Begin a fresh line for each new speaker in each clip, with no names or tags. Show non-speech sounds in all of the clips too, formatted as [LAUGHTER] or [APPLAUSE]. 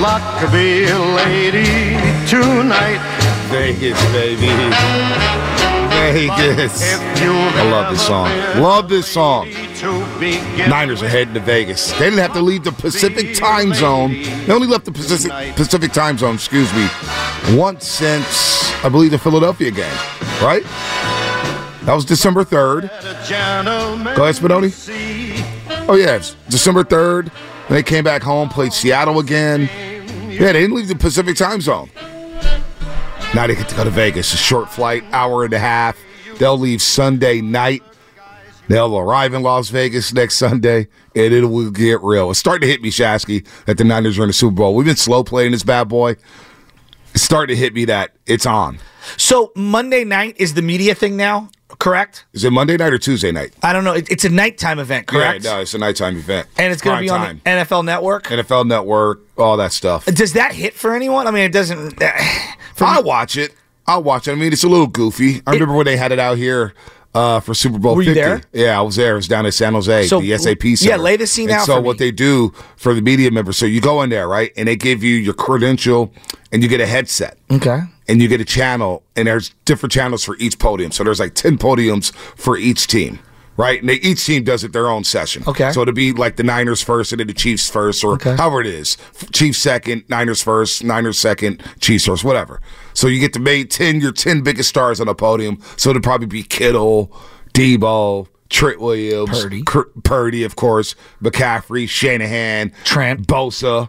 Luck be a lady tonight.
Vegas, baby. Vegas. I love this song. Love this song. Niners are heading to Vegas. They didn't have to leave the Pacific time zone. They only left the Pacific, Pacific time zone, excuse me, once since, I believe, the Philadelphia game, right? That was December 3rd. Go ahead, Spinoni. Oh, yeah, it's December 3rd. And they came back home, played Seattle again. Yeah, they didn't leave the Pacific time zone. Now they get to go to Vegas. A short flight, hour and a half. They'll leave Sunday night. They'll arrive in Las Vegas next Sunday, and it will get real. It's starting to hit me, Shasky, that the Niners are in the Super Bowl. We've been slow playing this bad boy. It's starting to hit me that it's on.
So Monday night is the media thing now, correct?
Is it Monday night or Tuesday night?
I don't know. It, it's a nighttime event, Uh, correct?
Yeah, no, it's a nighttime event.
And it's going to
Prime
be on
time.
the NFL Network.
NFL Network, all that stuff.
Does that hit for anyone? I mean, it doesn't. uh, for
I'll watch it. I'll watch it. I mean, it's a little goofy. I remember when they had it out here uh, for Super Bowl
Were you
50.
there?
Yeah, I was there. It was down in San Jose,
So,
the SAP
yeah,
Center.
lay the scene
and
out
So
for
what
me.
they do for the media members, so you go in there, right, and they give you your credential, and you get a headset.
okay.
And you get a channel, and there's different channels for each podium. So there's like 10 podiums for each team, right? And they, each team does it their own session.
Okay.
So it'll be like the Niners first, and then the Chiefs first, or
Okay.
however it is. F- Chiefs second, Niners first, Niners second, Chiefs first, whatever. So you get to make 10, your 10 biggest stars on the podium. So it'll probably be Kittle, Debo, Trent Williams,
Purdy.
Cur- Purdy, of course, McCaffrey, Shanahan,
Trent.
Bosa,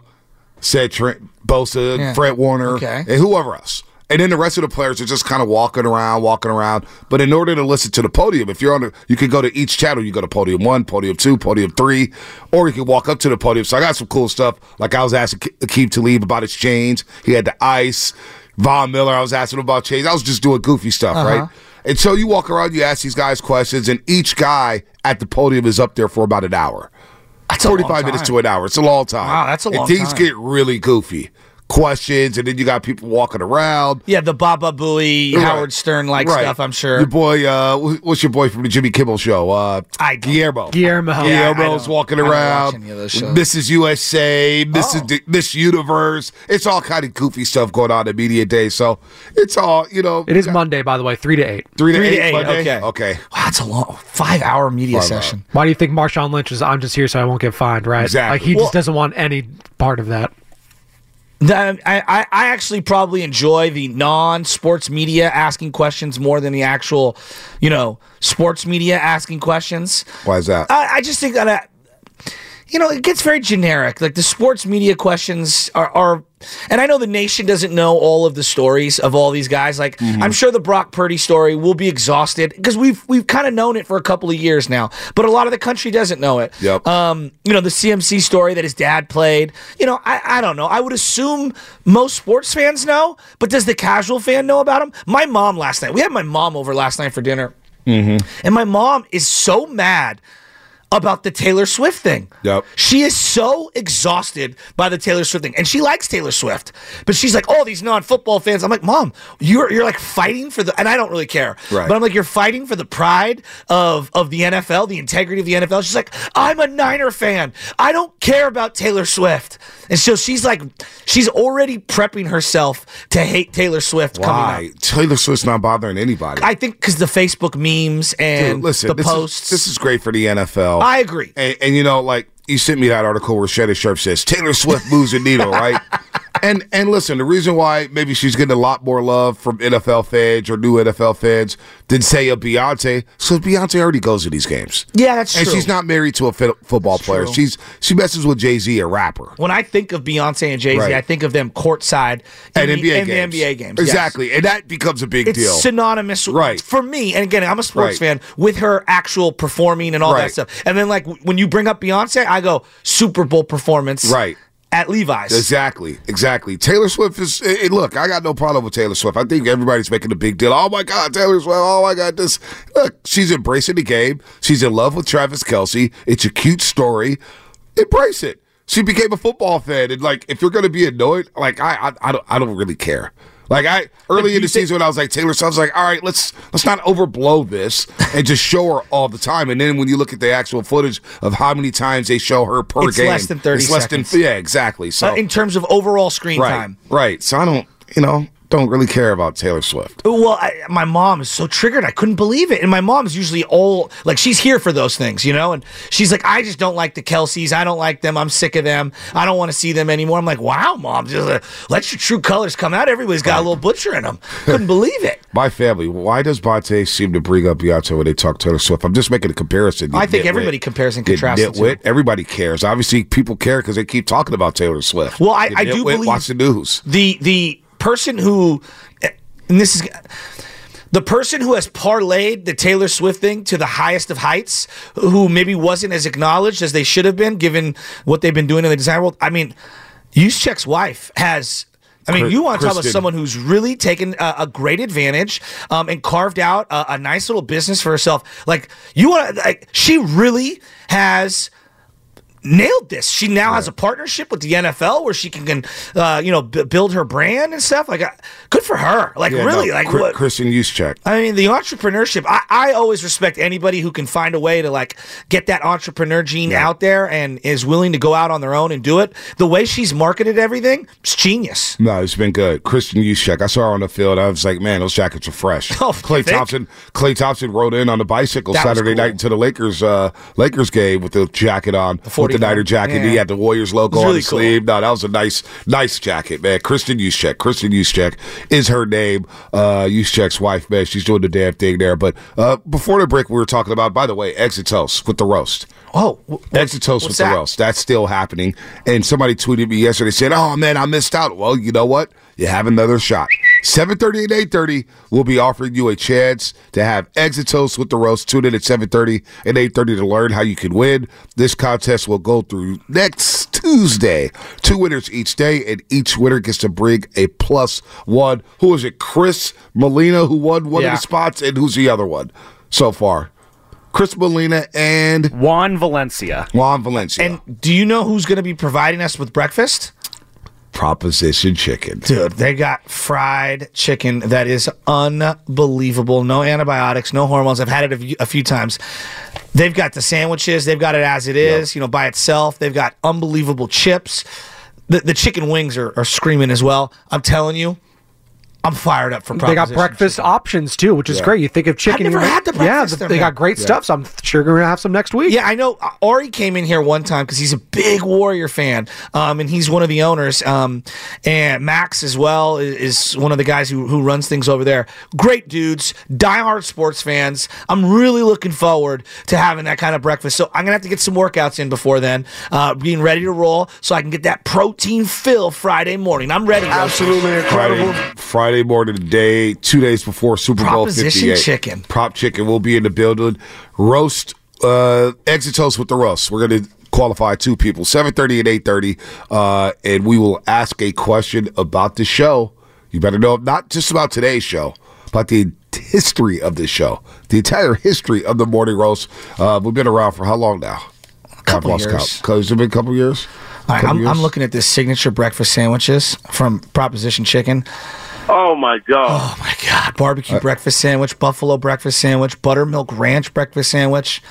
said Trent, Bosa,
Yeah.
Fred Warner,
Okay.
and whoever else. And then the rest of the players are just kind of walking around, walking around. But in order to listen to the podium, if you're on, the, you can go to each channel. You go to podium one, podium two, podium three, or you can walk up to the podium. So I got some cool stuff. Like I was asking Ke- Keith to leave about his chains. He had the ice. Von Miller, I was asking him about chains. I was just doing goofy stuff,
Uh-huh.
right? And so you walk around, you ask these guys questions, and each guy at the podium is up there for about an hour.
That's a long
45 minutes
time.
to an hour. It's a long time.
Wow, that's a long
and things
time.
get really goofy. Questions, and then you got people walking around.
Yeah, the Baba Booey,
Right.
Howard Stern like
Right.
stuff. I'm sure.
Your boy, uh, wh- what's your boy from the Jimmy Kimmel show? Uh,
I don't-
Guillermo.
Guillermo.
Yeah, I
Guillermo's
don't-
walking
I don't watch
around.
any of those shows. Oh.
Mrs. USA, Mrs. D- Miss Universe. It's all kind of goofy stuff going on at media day. So it's all you know.
It is Monday, by the way, 3 to 8.
three to
Three
eight.
to eight,
Monday?
okay.
Okay.
wow, that's a long five hour media
Five hour.
session.
Why do you think Marshawn Lynch is, I'm just here so I won't get fined, right?
Exactly.
Like, he
Well-
just doesn't want any part of that.
No, I, I, I actually probably enjoy the non-sports media asking questions more than the actual, you know, sports media asking questions.
Why is that?
I, I just think that, uh, you know, it gets very generic. Like the sports media questions are, are, and I know the nation doesn't know all of the stories of all these guys. Like
Mm-hmm.
I'm sure the Brock Purdy story will be exhausted because we've we've kind of known it for a couple of years now, but a lot of the country doesn't know it.
Yep.
Um, you know the CMC story that his dad played. You know, I I don't know. I would assume most sports fans know, but does the casual fan know about him? My mom last night. We had my mom over last night for dinner. And my mom is so mad about the Taylor Swift thing.
Yep.
She is so exhausted by the Taylor Swift thing, and she likes Taylor Swift, but she's like, "Oh, these non-football fans." I'm like, "Mom, you're you're like fighting for the," and I don't really care,
Right.
but I'm like, "You're fighting for the pride of of the NFL, the integrity of the NFL." She's like, "I'm a Niner fan. I don't care about Taylor Swift," and so she's like, she's already prepping herself to hate Taylor Swift coming
Why?
up.
Taylor Swift's not bothering anybody.
I think because the Facebook memes and
Dude, listen,
the
this
posts.
Is, this is great for the NFL.
I agree.
And, and you know, like you sent me that article where Shetta Sharp says Taylor Swift moves the
[LAUGHS]
needle, right? And and listen, the reason why maybe she's getting a lot more love from NFL fans or new NFL fans than say a Beyonce, so Beyonce already goes to these games.
yeah, that's
and
true.
she's not married to a fit, football player.
true.
She's she messes with Jay Z, a rapper.
when I think of Beyonce and Jay Z,
Right.
I think of them courtside
At
in the-
NBA
in the
games.
NBA games. yes.
Exactly. And that becomes a big
It's
deal.
synonymous,
Right.
For me, and again, I'm a sports
Right.
fan with her actual performing and all
Right.
that stuff. And then, like w- when you bring up Beyonce, I go Super Bowl performance,
Right.
At Levi's,
Exactly, exactly. Taylor Swift is. eh, eh, look, I got no problem with Taylor Swift. I think everybody's making a big deal. Oh my God, Taylor Swift. Oh my God, this. Look, she's embracing the game. She's in love with Travis Kelsey. It's a cute story. Embrace it. She became a football fan, and like, if you're going to be annoyed, like, I, I, I don't, I don't really care. Like I early in the season when I was like Taylor Swift, I was like, all right, let's let's not overblow this and just show her all the time. And then when you look at the actual footage of how many times they show her per
It's
game,
less than 30
it's less than
seconds.
yeah, exactly. So
Uh, in terms of overall screen
right,
time.
Right. So I don't, you know, don't really care about Taylor Swift.
Well, I, my mom is so triggered. I couldn't believe it. And my mom's usually all like, she's here for those things, you know? And she's like, I just don't like the Kelseys. I don't like them. I'm sick of them. I don't want to see them anymore. I'm like, wow, mom, just uh, let your true colors come out. Everybody's got a little butcher in them. Couldn't believe it.
My family. Why does Bonte seem to bring up Beyonce when they talk Taylor Swift? I'm just making a comparison. you
I think
nitwit.
everybody compares and
You
contrasts the two.
nitwit. Everybody cares. Obviously, people care because they keep talking about Taylor Swift.
Well, I-
You
I do
nitwit,
believe-
Watch the news.
The the person who, and this is the person who has parlayed the Taylor Swift thing to the highest of heights, who maybe wasn't as acknowledged as they should have been, given what they've been doing in the design world. I mean, Yuschek's wife has. I mean,
Kr-
you want to talk about
Kristen.
someone who's really taken a, a great advantage um, and carved out a, a nice little business for herself. Like you want, to like she really has nailed this. She now has a partnership with the NFL where she can, can uh, you know, b- build her brand and stuff. Like, uh, good for her. Like,
Yeah,
really,
no,
like
Kr-
what?
Kristen Yuschek.
I mean, the entrepreneurship. I, I always respect anybody who can find a way to like get that entrepreneur gene out there and is willing to go out on their own and do it. The way she's marketed everything, it's genius.
No, it's been good. Kristen Yuschek. I saw her on the field. I was like, man, those jackets are fresh.
[LAUGHS] Oh,
Clay
you think?
Thompson. Clay Thompson rode in on the bicycle
That was
Saturday
cool.
night into the Lakers uh, Lakers game with the jacket on, with the
45.
Niner jacket.
Yeah.
He had the Warriors logo
It's
on
really
his
cool.
sleeve. No, that was a nice, nice jacket, man. Kristen Yuschek. Kristen Yuschek is her name. Uh, Yuschek's wife, man. She's doing the damn thing there. But uh, before the break, we were talking about, by the way, exit toast with the roast.
Oh, wh-
Exit toast with
what's
the
that?
roast. That's still happening. And somebody tweeted me yesterday said, "Oh man, I missed out." Well, you know what? You have another shot. 7:30 and 8:30, we'll be offering you a chance to have exit toast with the roast. Tune in at 7:30 and 8:30 to learn how you can win. This contest will go through next Tuesday. Two winners each day, and each winner gets to bring a plus one. Who is it? Chris Molina, who won one of
Yeah.
the spots, and who's the other one so far? Chris Molina and
Juan Valencia.
Juan Valencia.
And do you know who's going to be providing us with breakfast?
proposition chicken.
Dude, they got fried chicken that is unbelievable. No antibiotics, no hormones. I've had it a few, a few times. They've got the sandwiches, they've got it as it is, you know, by itself. They've got unbelievable chips. The, the chicken wings are, are screaming as well. I'm telling you, I'm fired up for
They got
Proposition
breakfast
Chicken.
options too, which is great. You think of chicken.
never
you
had the
yeah,
breakfast
th-
in
they
there.
got great stuff. So I'm sure gonna have some next week.
Yeah, I know. uh, Ari came in here one time because he's a big Warrior fan, um, and he's one of the owners. Um, and Max as well i- is, one of the guys who, who runs things over there. Great dudes, diehard sports fans. I'm really looking forward to having that kind of breakfast. So I'm gonna have to get some workouts in before then, uh, being ready to roll, so I can get that protein fill Friday morning. I'm ready.
Absolutely incredible. Friday, Friday morning, the day two days before Super Bowl
Proposition
58.
chicken.
Prop chicken will be in the building. Roast, uh, exit toast with the roast. We're going to qualify two people, 7.30 and 8.30, uh, and we will ask a question about the show. You better know, not just about today's show, about the entire history of this show, the entire history of the Morning Roast. Uh, we've been around for how long now? A
couple years.
Because it's been a couple years.
All right,
Couple
I'm,
years?
I'm looking at this signature breakfast sandwiches from Proposition Chicken.
Oh my god!
Oh my god!
Uh,
Barbecue breakfast sandwich, buffalo breakfast sandwich, buttermilk ranch breakfast sandwich.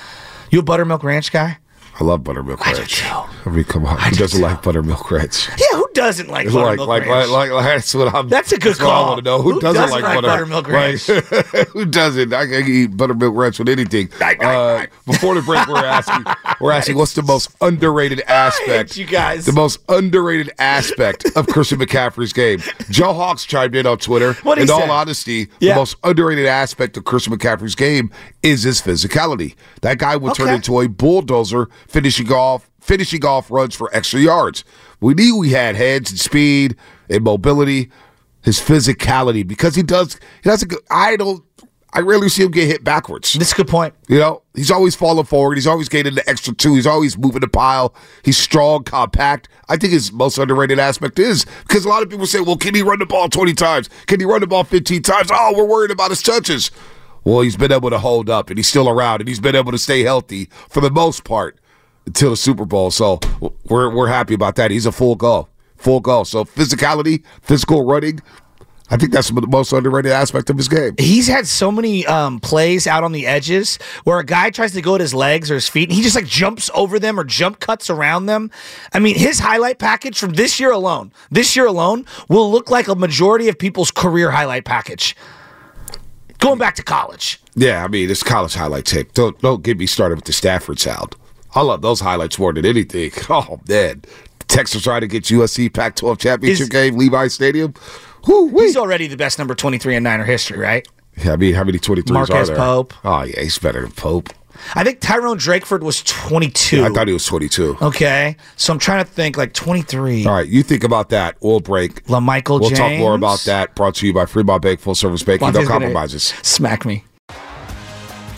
You a buttermilk ranch guy?
I love buttermilk ranch. I mean, come on, who doesn't like buttermilk ranch?
Yeah, who doesn't like
It's
buttermilk
[LAUGHS] like,
ranch?
Like, like, like, that's what I'm.
That's a good
that's what
call.
I want to know who, doesn't, like, buttermilk,
ranch?
Like, [LAUGHS] who doesn't? I can eat buttermilk ranch with anything. Uh, before the break, we're asking. We're asking what's the most
[LAUGHS]
underrated aspect?
you guys.
The most underrated aspect of Christian McCaffrey's game. Joe Hawks chimed in on Twitter.
What'd he
in
say?
all honesty,
Yeah.
the most underrated aspect of Christian McCaffrey's game is his physicality. That guy will turn
Okay.
into a bulldozer, finishing off finishing off runs for extra yards. We knew we had heads and speed and mobility. His physicality, because he does he doesn't. go- I don't. I rarely see him get hit backwards.
That's a good point.
You know, he's always falling forward. He's always getting the extra two. He's always moving the pile. He's strong, compact. I think his most underrated aspect is because a lot of people say, well, can he run the ball 20 times? Can he run the ball 15 times? Oh, we're worried about his touches. Well, he's been able to hold up and he's still around and he's been able to stay healthy for the most part until the Super Bowl. So we're, we're happy about that. He's a full goal, full goal. So physicality, physical running, I think that's the most underrated aspect of his game.
He's had so many um, plays out on the edges where a guy tries to go at his legs or his feet, and he just like jumps over them or jump cuts around them. I mean, his highlight package from this year alone, this year alone, will look like a majority of people's career highlight package. Going back to college,
Yeah, I mean it's college highlight tape. Don't don't get me started with the Stafford sound. I love those highlights more than anything. [LAUGHS] Oh man, Texas trying to get USC Pac-12 championship
Is-
game, Levi Stadium.
he's already the best number twenty-three in Niner history, right?
Yeah, I mean how many twenty threes are
Marquez
there?
Pope.
Oh yeah, he's better than Pope.
I think Tyrone Drakeford was twenty-two.
I thought he was twenty two.
okay, so I'm trying to think like twenty-three.
All right, you think about that. We'll break.
LaMichael
We'll talk more
James?
about that. Brought to you by Fremont Bank, full service banking,
Vontae's
no
gonna
compromises.
Smack me.